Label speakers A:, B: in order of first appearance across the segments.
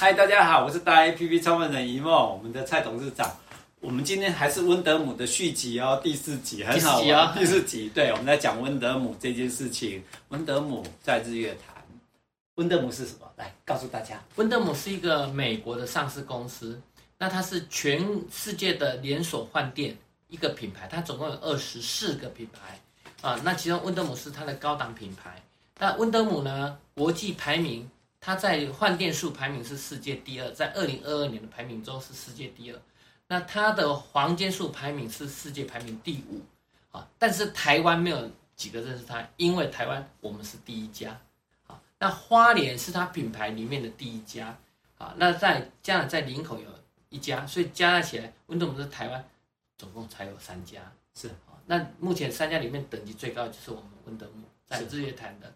A: 嗨，大家好，我是大 A P P 创办人一梦，我们的蔡董事长。我们今天还是温德姆的续集哦，第四集很好
B: 第四集
A: 玩
B: 哦。
A: 第四集，对，我们在讲温德姆这件事情。温德姆在日月潭，温德姆是什么？来告诉大家。
B: 温德姆是一个美国的上市公司，那它是全世界的连锁饭店一个品牌，它总共有二十四个品牌啊。那其中温德姆是它的高档品牌。那温德姆呢，国际排名，它在饭店数排名是世界第二，在二零二二年的排名中是世界第二。那它的房间数排名是世界排名第五啊，但是台湾没有几个认识它，因为台湾我们是第一家。啊，那花莲是它品牌里面的第一家啊，那在加拿大在林口有一家，所以加加起来，温德姆在台湾总共才有三家，
A: 是
B: 啊，那目前三家里面等级最高的就是我们温德姆在
A: 是
B: 日月潭的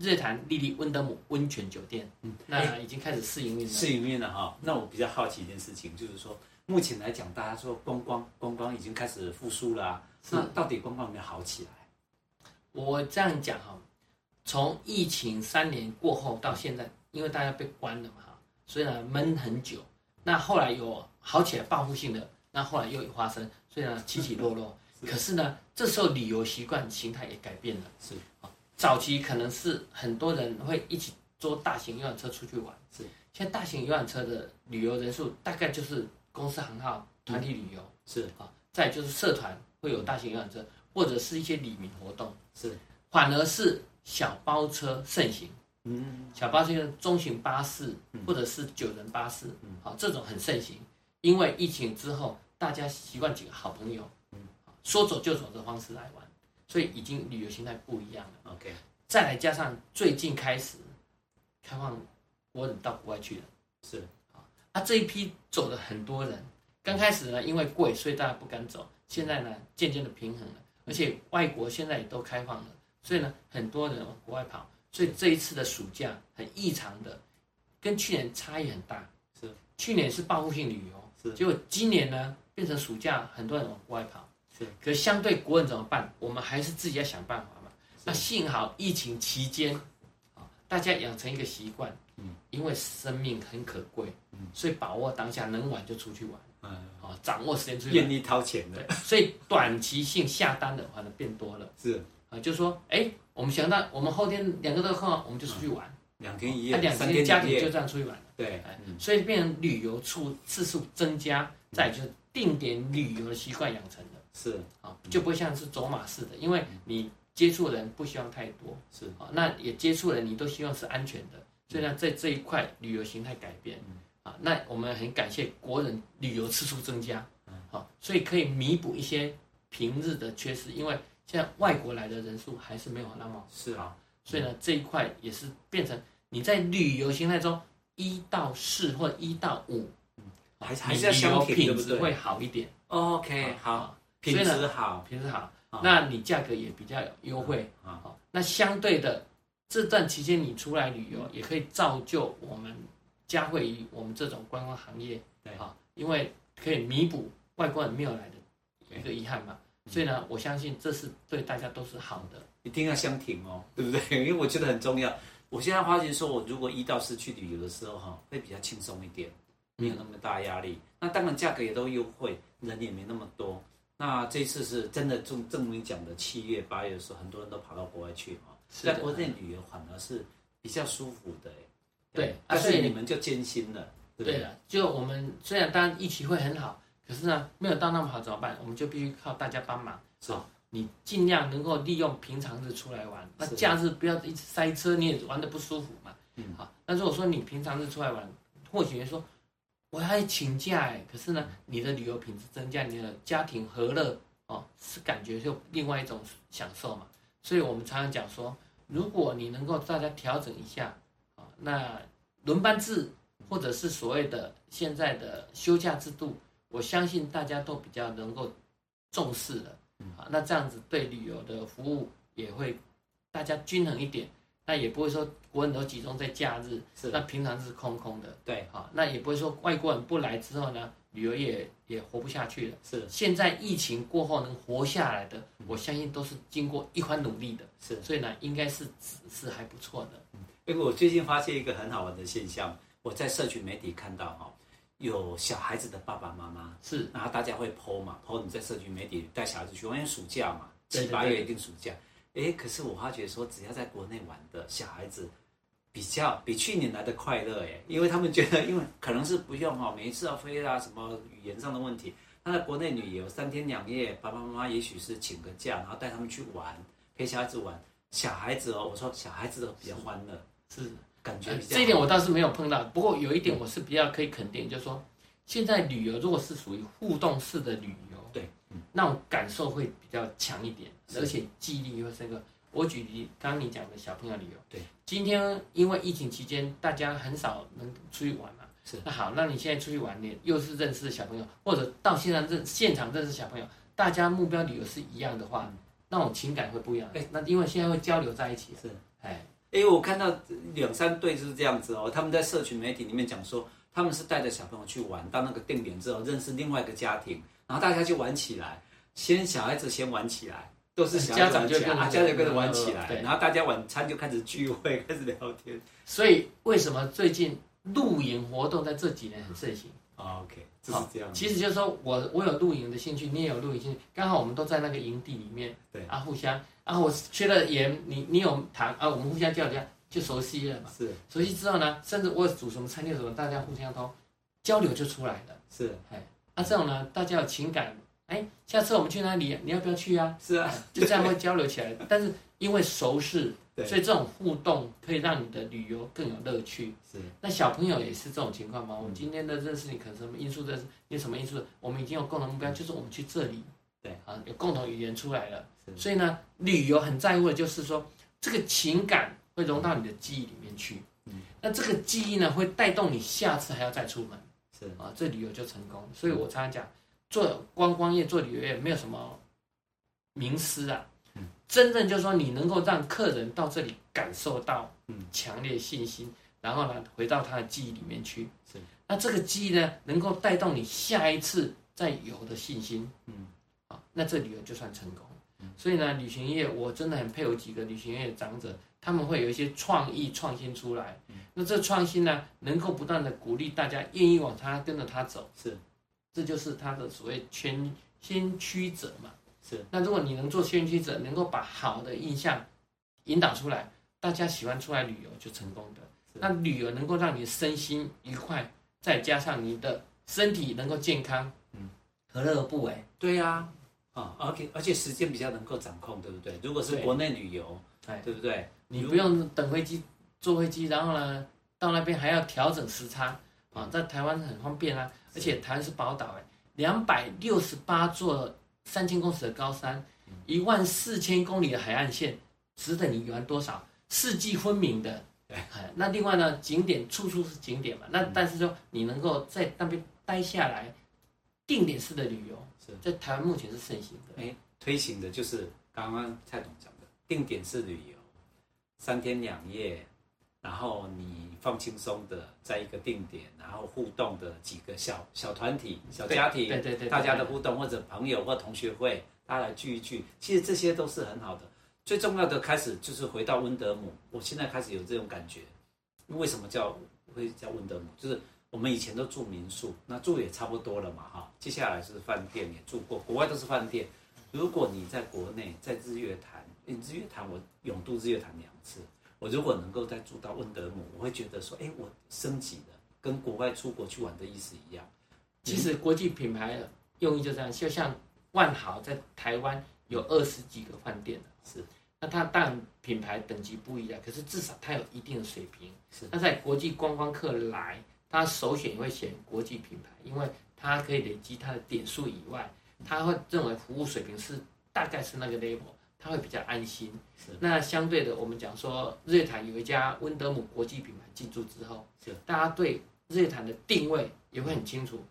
B: 日月潭丽丽温德姆温泉酒店，嗯，那已经开始试营运了，
A: 是营运了哈。那我比较好奇一件事情，就是说，目前来讲，大家说观光观光已经开始复苏了、啊，
B: 是
A: 那到底观光有没有好起来？
B: 我这样讲哈，从疫情三年过后到现在，因为大家被关了嘛哈，所以呢闷很久。那后来有好起来报复性的，那后来又有发生，所以呢起起落落。可是呢，这时候旅游习惯形态也改变了。
A: 是
B: 早期可能是很多人会一起坐大型游览车出去玩，
A: 是。
B: 现在大型游览车的旅游人数大概就是公司行号、团体旅游，
A: 是
B: 啊，再就是社团会有大型游览车，或者是一些里民活动，
A: 是，
B: 反而是小包车盛行，
A: 嗯，
B: 小巴车、中型巴士或者是九人巴士，好、这种很盛行，因为疫情之后，大家习惯几个好朋友，好说走就走的方式来玩，所以已经旅游形态不一样了。
A: OK，
B: 再来加上最近开始开放国人到国外去了。
A: 是
B: 啊，这一批走了很多人。刚开始呢，因为贵，所以大家不敢走。现在呢，渐渐的平衡了，而且外国现在也都开放了，所以呢，很多人往国外跑。所以这一次的暑假很异常的，跟去年差异很大。
A: 是，
B: 去年是报复性旅游，
A: 是
B: 结果今年呢，变成暑假很多人往国外跑。
A: 是，
B: 可相对国人怎么办？我们还是自己要想办法嘛。那幸好疫情期间，啊大家养成一个习惯，嗯，因为生命很可贵。所以把握当下，能玩就出去玩
A: 嗯，
B: 啊，掌握时间出去玩。
A: 愿意掏钱的
B: 对，所以短期性下单的反而变多了
A: 是
B: 啊，就说哎，我们想到我们后天两个都有空啊，我们就出去玩，
A: 两天一
B: 那、
A: 夜，
B: 啊两
A: 三
B: 天家
A: 天一
B: 庭就
A: 夜，
B: 这样出去玩，
A: 对，
B: 哎，所以变成旅游次次数增加，再来就是定点旅游的习惯养成的
A: 是
B: 啊，就不会像是走马似的，因为你接触的人不希望太多
A: 是
B: 啊，那也接触人你都希望是安全的，所以呢，在这一块旅游形态改变。
A: 嗯
B: 啊，那我们很感谢国人旅游次数增加，
A: 嗯
B: 好、所以可以弥补一些平日的缺失，因为现在外国来的人数还是没有那么，
A: 是啊，
B: 所以呢，这一块也是变成你在旅游形态中一到四或一到五，
A: 还是
B: 你
A: 还是要
B: 旅游
A: 相挺，对
B: 品
A: 不
B: 质
A: 对
B: 会好一点，啊
A: ？OK，好，品
B: 所以
A: 质
B: 呢
A: 好，
B: 平时好
A: 啊，
B: 那你价格也比较有优惠，
A: 啊，
B: 好，那相对的这段期间你出来旅游，也可以造就我们嘉惠于我们这种观光行业，
A: 对
B: 啊，因为可以弥补外国人没有来的一个遗憾嘛。所以呢，我相信这是对大家都是好的。
A: 一定要相挺哦，对不对？ 因为我觉得很重要。我现在发觉说，我如果一到四去旅游的时候哈，会比较轻松一点，没
B: 嗯
A: 有那么大压力。那当然价格也都优惠，人也没那么多。那这次是真的正正如你讲的，七月八月的时候，很多人都跑到国外去嘛，
B: 是
A: 在
B: 的
A: 国内旅游反而是比较舒服的。欸
B: 对啊
A: 但
B: 所
A: 是
B: 以
A: 你们就艰辛了，对不
B: 对啊
A: 对？
B: 了，就我们虽然当然疫情会很好，可是呢，没有到那么好怎么办？我们就必须靠大家帮忙。
A: 是
B: 好，你尽量能够利用平常日出来玩，那
A: 是
B: 假日不要一直塞车，你也玩的不舒服嘛。嗯，好。那如果说你平常日出来玩，或许你说我还请假哎，可是呢，你的旅游品质增加，你的家庭和乐哦，是感觉就另外一种享受嘛。所以我们常常讲说，如果你能够大家调整一下啊、哦那轮班制或者是所谓的现在的休假制度，我相信大家都比较能够重视了。啊，那这样子对旅游的服务也会大家均衡一点，那也不会说国人都集中在假日，
A: 是
B: 那平常是空空的，
A: 对，
B: 好，那也不会说外国人不来之后呢，旅游业也活不下去了。
A: 是
B: 现在疫情过后能活下来的，我相信都是经过一番努力的，
A: 是
B: 所以呢，应该是是还不错的。
A: 因为我最近发现一个很好玩的现象，我在社群媒体看到哈、有小孩子的爸爸妈妈，
B: 是
A: 然后大家会 PO 嘛，PO 你在社群媒体带小孩子去玩，因为暑假嘛，
B: 对
A: 七
B: 对
A: 八
B: 对
A: 月一定暑假。诶，可是我发觉说，只要在国内玩的小孩子，比较比去年来的快乐诶，因为他们觉得， 因为可能是不用哈、每一次要飞啦、什么语言上的问题。那在国内旅游三天两夜，爸爸妈妈也许是请个假，然后带他们去玩，陪小孩子玩。小孩子哦，我说小孩子都比较欢乐，
B: 是。
A: 感觉
B: 呃
A: 比较好、
B: 这一点我倒是没有碰到，不过有一点我是比较可以肯定，就是说现在旅游如果是属于互动式的旅游，
A: 对，嗯
B: 那种感受会比较强一点，
A: 是
B: 而且记忆力会深刻。我举例，刚刚你讲的小朋友旅游，
A: 对，
B: 今天因为疫情期间大家很少能出去玩嘛，
A: 是
B: 那好，那你现在出去玩，你又是认识的小朋友，或者到现场认现场认识小朋友，大家目标旅游是一样的
A: 嗯
B: 话，那种情感会不一样。哎，那因为现在会交流在一起，
A: 是
B: 哎。
A: 因为我看到两三对就是这样子哦，他们在社群媒体里面讲说，他们是带着小朋友去玩，到那个定点之后认识另外一个家庭，然后大家就玩起来，先小孩子先玩起来，都是小孩子玩起
B: 哎家长
A: 来，
B: 就跟着嗯
A: 啊家长跟着玩起
B: 对
A: 来，然后大家晚餐就开始聚会，开始聊天。
B: 所以为什么最近露营活动在这几年很盛行？
A: 啊 OK，就是这样。
B: 其实就是说我我有露营的兴趣，你也有露营兴趣，刚好我们都在那个营地里面，
A: 对
B: 啊，互相啊，我缺了盐，你你有糖啊，我们互相交流一下就熟悉了嘛。
A: 是
B: 熟悉之后呢，甚至我煮什么餐厅什么，大家互相都交流就出来了。
A: 是
B: 啊，这种呢，大家有情感，哎，下次我们去哪里，你要不要去啊？
A: 是啊，
B: 就这样会交流起来。但是因为熟识，
A: 对
B: 所以这种互动可以让你的旅游更有乐趣。
A: 是
B: 那小朋友也是这种情况吗？
A: 嗯
B: 我今天的认识你，可能什么因素认识，因为什么因素，我们已经有共同目标，就是我们去这里，
A: 嗯对
B: 啊，有共同语言出来了。
A: 是
B: 所以呢，旅游很在乎的就是说，这个情感会融到你的记忆里面去。
A: 嗯
B: 那这个记忆呢，会带动你下次还要再出门
A: 是
B: 啊，这旅游就成功。所以我常常讲，做观光业、做旅游业没有什么名师啊，
A: 嗯
B: 真正就是说你能够让客人到这里感受到
A: 嗯
B: 强烈信心。然后呢，回到他的记忆里面去。
A: 是，
B: 那这个记忆呢，能够带动你下一次再游的信心。
A: 嗯，
B: 啊，那这旅游就算成功。所以呢，旅行业我真的很佩服几个旅行业的长者，他们会有一些创意创新出来。那这创新呢，能够不断的鼓励大家愿意往他跟着他走，
A: 是
B: 这就是他的所谓先先驱者嘛。
A: 是
B: 那如果你能做先驱者，能够把好的印象引导出来，大家喜欢出来旅游就成功的。
A: 是
B: 那旅游能够让你身心愉快，再加上你的身体能够健康，
A: 嗯，
B: 何乐而不为？
A: 对呀、啊，而且而且时间比较能够掌控，对不对？如果是
B: 对
A: 国内旅游，
B: 哎，
A: 对不对？
B: 你不用等飞机，坐飞机，然后呢，到那边还要调整时差啊，在台湾很方便啊，而且台湾是宝岛哎，两百六十八座三千公尺的高山，一万四千公里的海岸线，值得你玩多少？四季分明的。哎那另外呢，景点处处是景点嘛，那但是说你能够在那边待下来，定点式的旅游
A: 是，
B: 在台湾目前是盛行的。
A: 哎推行的就是刚刚蔡总讲的定点式旅游，三天两夜，然后你放轻松的在一个定点，然后互动的几个小小团体、小家庭，
B: 对对对对
A: 大家的
B: 对
A: 互动或者朋友或同学会，大家来聚一聚，其实这些都是很好的。最重要的开始就是回到温德姆，我现在开始有这种感觉。为什么叫会叫温德姆？就是我们以前都住民宿，那住也差不多了嘛，哈。接下来是饭店，也住过，国外都是饭店。如果你在国内，在日月潭，诶日月潭我永渡日月潭两次，我如果能够再住到温德姆，我会觉得说，哎，我升级了，跟国外出国去玩的意思一样。
B: 其实国际品牌的用意就这样，就像万豪在台湾有二十几个饭店啊
A: 是，
B: 那它当然品牌等级不一样，可是至少它有一定的水平。
A: 是
B: 那在国际观光客来，他首选会选国际品牌，因为它可以累积它的点数以外，他会认为服务水平是大概是那个 level，他会比较安心。
A: 是
B: 那相对的，我们讲说日月潭有一家温德姆国际品牌进驻之后，
A: 是
B: 大家对日月潭的定位也会很清楚，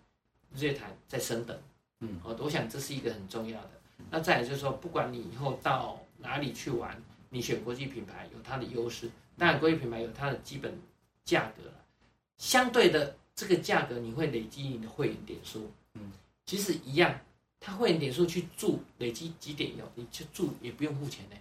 B: 日月潭在升等，
A: 嗯，
B: 哦，我想这是一个很重要的。那再来就是说，不管你以后到哪里去玩，你选国际品牌有它的优势，当然国际品牌有它的基本价格了，相对的这个价格你会累积你的会员点数，
A: 嗯，
B: 其实一样，它会员点数去住累积几点有，你去住也不用付钱呢、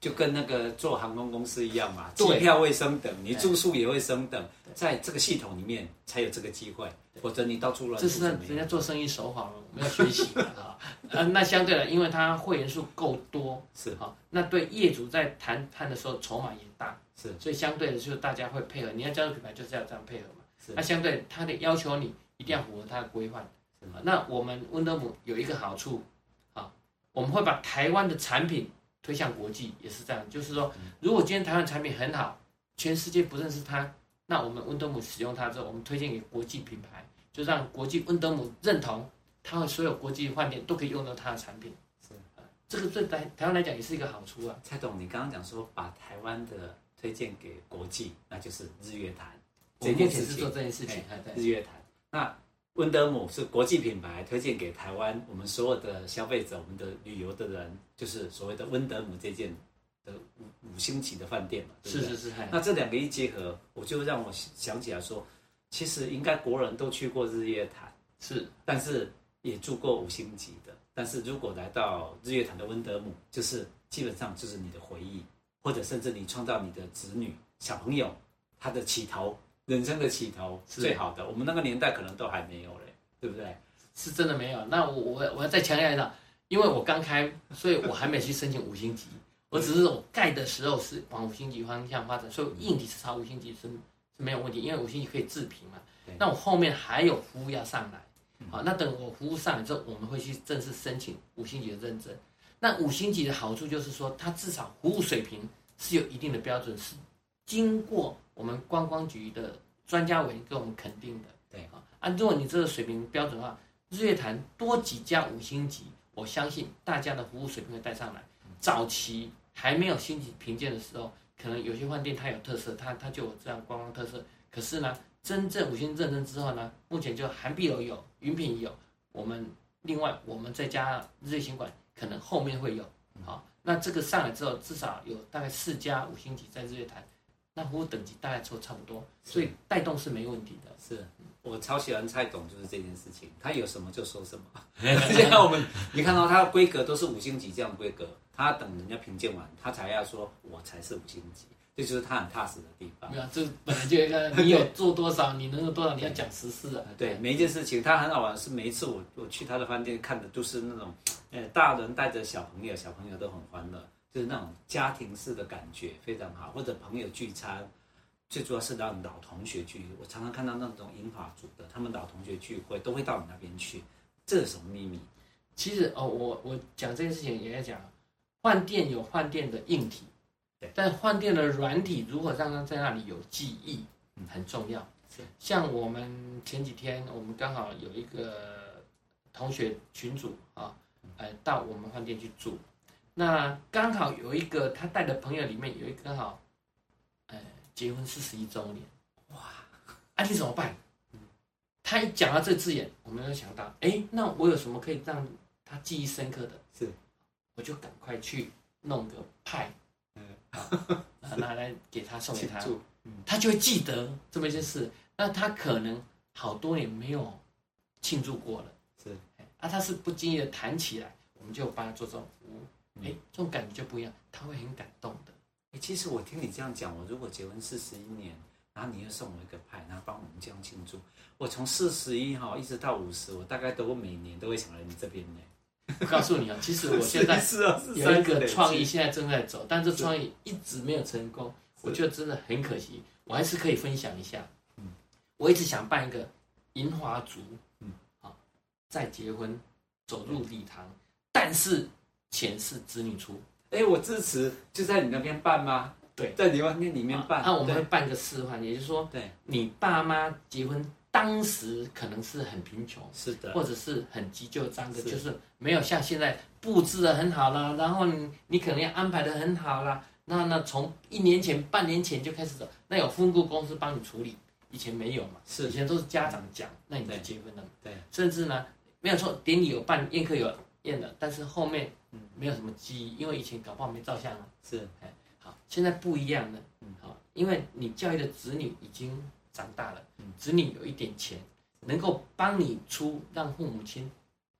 A: 就跟那个做航空公司一样嘛，机
B: 对
A: 票会升等，你住宿也会升等
B: 对，
A: 在这个系统里面才有这个机会，
B: 对
A: 否则你到处乱
B: 这
A: 住
B: 是
A: 怎么
B: 人家
A: 样？
B: 做生意手法，我们要学习的 啊。呃，那相对的，因为它会员数够多，
A: 是
B: 好，那对业主在谈判的时候筹码也大，
A: 是
B: 所以相对的就是大家会配合。你要加入品牌就是要这样配合嘛。
A: 是
B: 那相对他的要求你一定要符合他的规范。啊那我们温德姆有一个好处，啊，我们会把台湾的产品推向国际，也是这样。就是说，如果今天台湾产品很好，全世界不认识它，那我们温德姆使用它之后，我们推荐给国际品牌，就让国际温德姆认同，它和所有国际饭店都可以用到它的产品。
A: 是
B: 啊，这个对台台湾来讲也是一个好处啊。
A: 蔡董，你刚刚讲说把台湾的推荐给国际，那就是日月潭
B: 我
A: 这
B: 们目
A: 件
B: 前
A: 事
B: 是做
A: 情，
B: 这件事情，哎对。
A: 日月潭。那温德姆是国际品牌，推荐给台湾我们所有的消费者、我们的旅游的人，就是所谓的温德姆这件的五五星级的饭店嘛，对不
B: 是
A: 对？
B: 是是，哎
A: 那这两个一结合，我就让我想起来说，其实应该国人都去过日月潭，
B: 是
A: 但是也住过五星级的。但是如果来到日月潭的温德姆，就是基本上就是你的回忆，或者甚至你创造你的子女、小朋友他的起头，人生的起头
B: 是
A: 最好的。我们那个年代可能都还没有嘞，对不对？
B: 是真的没有。那我我我要再强调一下，因为我刚开，所以我还没去申请五星级。我只是我盖的时候是往五星级方向发展，所以硬体是朝五星级是是没有问题，因为五星级可以置评嘛
A: 对。嗯
B: 那我后面还有服务要上来，好，那等我服务上来之后，我们会去正式申请五星级的认证。那五星级的好处就是说，它至少服务水平是有一定的标准，是经过我们观光局的专家委员给我们肯定的。
A: 对
B: 啊，啊，如果你这个水平标准的话，日月潭多几家五星级，我相信大家的服务水平会带上来。早期还没有星级评鉴的时候，可能有些饭店它有特色，它它就有这样观光特色。可是呢，真正五星认证之后呢，目前就韩碧楼有，云品也有，我们另外我们再加日月行馆，可能后面会有。好，那这个上来之后，至少有大概四家五星级在日月潭，那服务等级大概都差不多，所以带动是没问题的。
A: 是我超喜欢蔡董，就是这件事情，他有什么就说什么。现在我们你看到他的规格都是五星级这样规格，他等人家评鉴完，他才要说我才是五星级，这就是他很踏实的地方
B: 没。有，这本来就一个，你有做多少，你能有多少，你要讲实事啊。
A: 对，每一件事情，他很好玩，是每一次我我去他的饭店看的都是那种，呃，大人带着小朋友，小朋友都很欢乐，就是那种家庭式的感觉非常好，或者朋友聚餐，最主要是让老同学聚。我常常看到那种银发族的，他们老同学聚会都会到你那边去，这是什么秘密？
B: 其实哦，我我讲这件事情也要讲，换电有换电的硬体
A: 对，
B: 但换电的软体如何让它在那里有记忆，很重要。
A: 是
B: 像我们前几天，我们刚好有一个同学群组啊，呃，到我们饭店去住，那刚好有一个他带的朋友里面有一个刚好，呃，结婚四十一周年，哇，啊，你怎么办？他一讲到这字眼，我们就想到，哎，那我有什么可以让他记忆深刻的？
A: 是，
B: 我就赶快去弄个派，
A: 嗯
B: 啊拿来给他送给
A: 庆
B: 他，
A: 祝
B: 他就会记得这么一件事。那他可能好多年没有庆祝过了，
A: 是
B: 哎啊，他是不经意的谈起来，我们就帮他做这种服务，
A: 嗯
B: 哎、这种感觉就不一样，他会很感动的。
A: 欸，其实我听你这样讲，我如果结婚四十一年，然后你又送我一个派，然后帮我们这样庆祝，我从四十一哈一直到五十，我大概都每年都会想来你这边呢。
B: 我告诉你啊，其实我现在
A: 是啊，是
B: 有一
A: 三
B: 个
A: 个
B: 创意，现在正在走，但这创意一直没有成功，我觉得真的很可惜。我还是可以分享一下，我一直想办一个银华族，
A: 嗯
B: 好，再结婚走入礼堂，但是钱是子女出，
A: 哎、我支持，就在你那边办吗？
B: 对
A: 在你饭店里面办。
B: 啊那我们会
A: 对
B: 办个示范，也就是说，
A: 对，
B: 你爸妈结婚当时可能是很贫穷，
A: 是的，
B: 或者是很急就张的，
A: 是
B: 就是没有像现在布置的很好啦，然后你你可能要安排的很好啦。那那从一年前、半年前就开始走，那有分雇公司帮你处理，以前没有嘛，
A: 是
B: 以前都是家长讲，那你就
A: 对
B: 结婚了嘛，
A: 对，
B: 甚至呢没有错，典礼有办，宴客有宴了，但是后面没有什么记忆，因为以前搞不好没照相啊。
A: 是
B: 好，现在不一样了，
A: 嗯
B: 好，因为你教育的子女已经长大了，
A: 嗯
B: 子女有一点钱，能够帮你出，让父母亲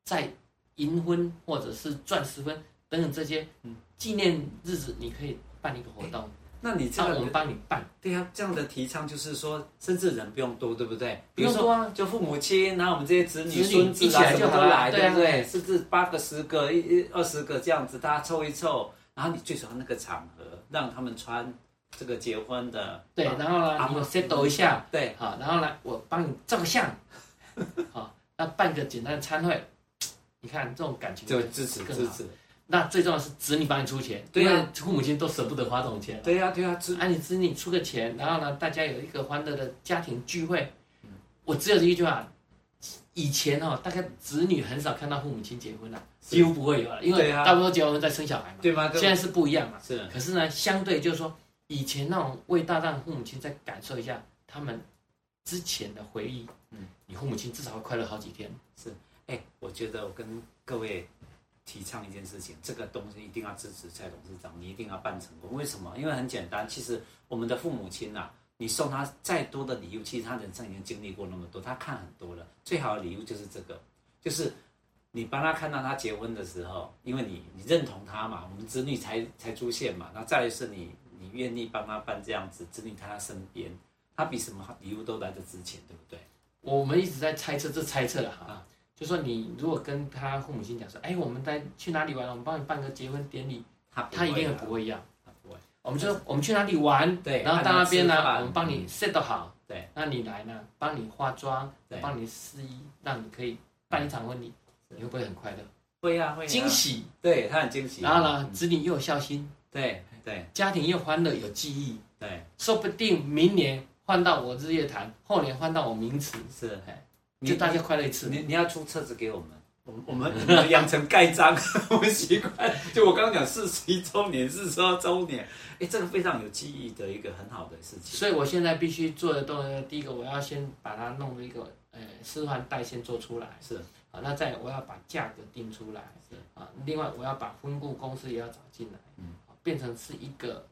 B: 在银婚或者是钻石婚等等这些
A: 嗯
B: 纪念日子，你可以办一个活动，
A: 那你哎这
B: 那我
A: 个
B: 们帮你办，
A: 对啊，这样的提倡就是说，甚至人不用多，对不对？
B: 不
A: 比如
B: 用多
A: 说
B: 啊
A: 就父母亲，然后我们这些子女、
B: 子女
A: 孙子
B: 一起
A: 啊，
B: 来
A: 什
B: 就
A: 么
B: 好
A: 都
B: 了
A: 来，
B: 对
A: 对
B: 啊
A: 不对？甚至八个、十个、一、一二十个这样子，大家凑一凑，然后你最喜欢那个场合，让他们穿这个结婚的，
B: 对，
A: 啊嗯
B: 然后呢，你 set 一下，
A: 对，
B: 好，然后呢，我帮你照个相， 好，那办个简单的餐会，你看这种感情
A: 就支持
B: 更
A: 支
B: 好
A: 持。
B: 那最重要的是子女帮你出钱，
A: 对啊
B: 因为父母亲都舍不得花这种钱。
A: 对呀、对呀、支
B: 啊，你子女出个钱，然后呢，大家有一个欢乐的家庭聚会。我只有一句话，以前哦，大概子女很少看到父母亲结婚了，
A: 是
B: 几乎不会有了，因为
A: 对啊
B: 大部分都结婚在生小孩嘛。
A: 对吗？对，
B: 现
A: 啊
B: 在是不一样嘛。
A: 是
B: 可是呢，相对就是说，以前那种味道，让父母亲再感受一下他们之前的回忆。
A: 嗯，
B: 你父母亲至少会快乐好几天。
A: 哎、我觉得我跟各位提倡一件事情，这个东西一定要支持蔡董事长，你一定要办成功。为什么？因为很简单，其实我们的父母亲呐、你送他再多的礼物，其实他人生已经经历过那么多，他看很多了。最好的礼物就是这个，就是你帮他看到他结婚的时候，因为你你认同他嘛，我们子女才才出现嘛，那再来是你你愿意帮他办这样子，子女在他身边，他比什么礼物都来得值钱，对不对？
B: 我们一直在猜测，这猜测了哈
A: 啊，
B: 就说你如果跟他父母亲讲说，哎，我们在去哪里玩，我们帮你办个结婚典礼，
A: 他不
B: 他一
A: 会
B: 定很
A: 啊
B: 不会要。
A: 他不会。
B: 我们就说我们去哪里玩，
A: 对
B: 然后到那边呢
A: 按照吃，饭嗯
B: 我们帮你 set 好，
A: 对，
B: 那你来呢，帮你化妆
A: 对，
B: 帮你试衣，让你可以办一场婚礼，
A: 是
B: 你会不会很快乐？
A: 会呀、会呀、啊
B: 惊喜，
A: 对他很惊喜。
B: 然后呢，
A: 嗯？
B: 子女又有孝心，
A: 对对
B: 家庭又欢乐有记忆，
A: 对，
B: 说不定明年换到我日月潭，后年换到我名词，
A: 是
B: 哎。
A: 你
B: 就大家快乐一次。
A: 你你要出册子给我们，我们我们我们养成盖章， 我们习惯。就我刚刚讲四十一周年、四十二周年，哎，这个非常有记忆的一个很好的事情。
B: 所以我现在必须做的动作，第一个我要先把它弄一个呃示范带先做出来，
A: 是
B: 好，啊那再来我要把价格定出来
A: 是，
B: 啊，另外我要把婚顾公司也要找进来，
A: 嗯
B: 好，变成是一个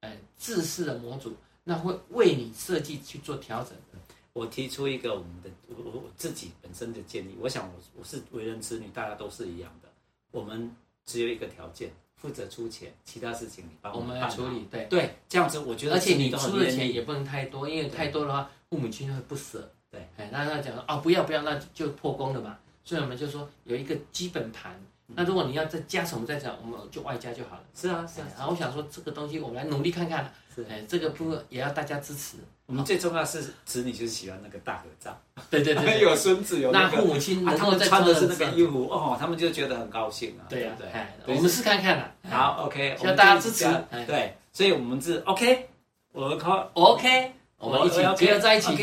B: 呃制式的模组，那会为你设计去做调整的，
A: 我提出一个我们的我我我自己本身的建议，我想我我是为人子女，大家都是一样的。我们只有一个条件，负责出钱，其他事情你帮
B: 我们
A: 们
B: 来
A: 办好啊
B: 处。理，对，
A: 对，这样子我觉得
B: 而且
A: 子女
B: 你
A: 都很
B: 出的
A: 愿
B: 钱
A: 意。
B: 也不能太多，因为太多的话父母亲会不舍，
A: 对，
B: 哎，那他讲说哦不要不要，那就破功了嘛，所以我们就说有一个基本盘，
A: 嗯
B: 那如果你要再加什么再讲，我们就外加就好了。
A: 是啊是
B: 是
A: 啊
B: 啊，，然后我想说这个东西我们来努力看看，
A: 是
B: 哎，这个部分也要大家支持。
A: 我们最重要是子女就是喜欢那个大合照，
B: 对对对，
A: 有孙子有
B: 那
A: 个
B: 父母亲
A: 啊
B: 能
A: 他
B: 够
A: 们
B: 再
A: 穿的是那个
B: 这样
A: 衣服哦，他们就觉得很高兴啊，
B: 对
A: 不
B: 呀，
A: 对？
B: 哎，我
A: 对
B: 们试看看啦。哎
A: 好，OK，
B: 希望大家
A: 我们
B: 支
A: 就
B: 持
A: 这样
B: 哎
A: 对，所以我们是 OK，我们靠
B: ，OK，我们一起
A: 我我
B: 结合在一起
A: OK，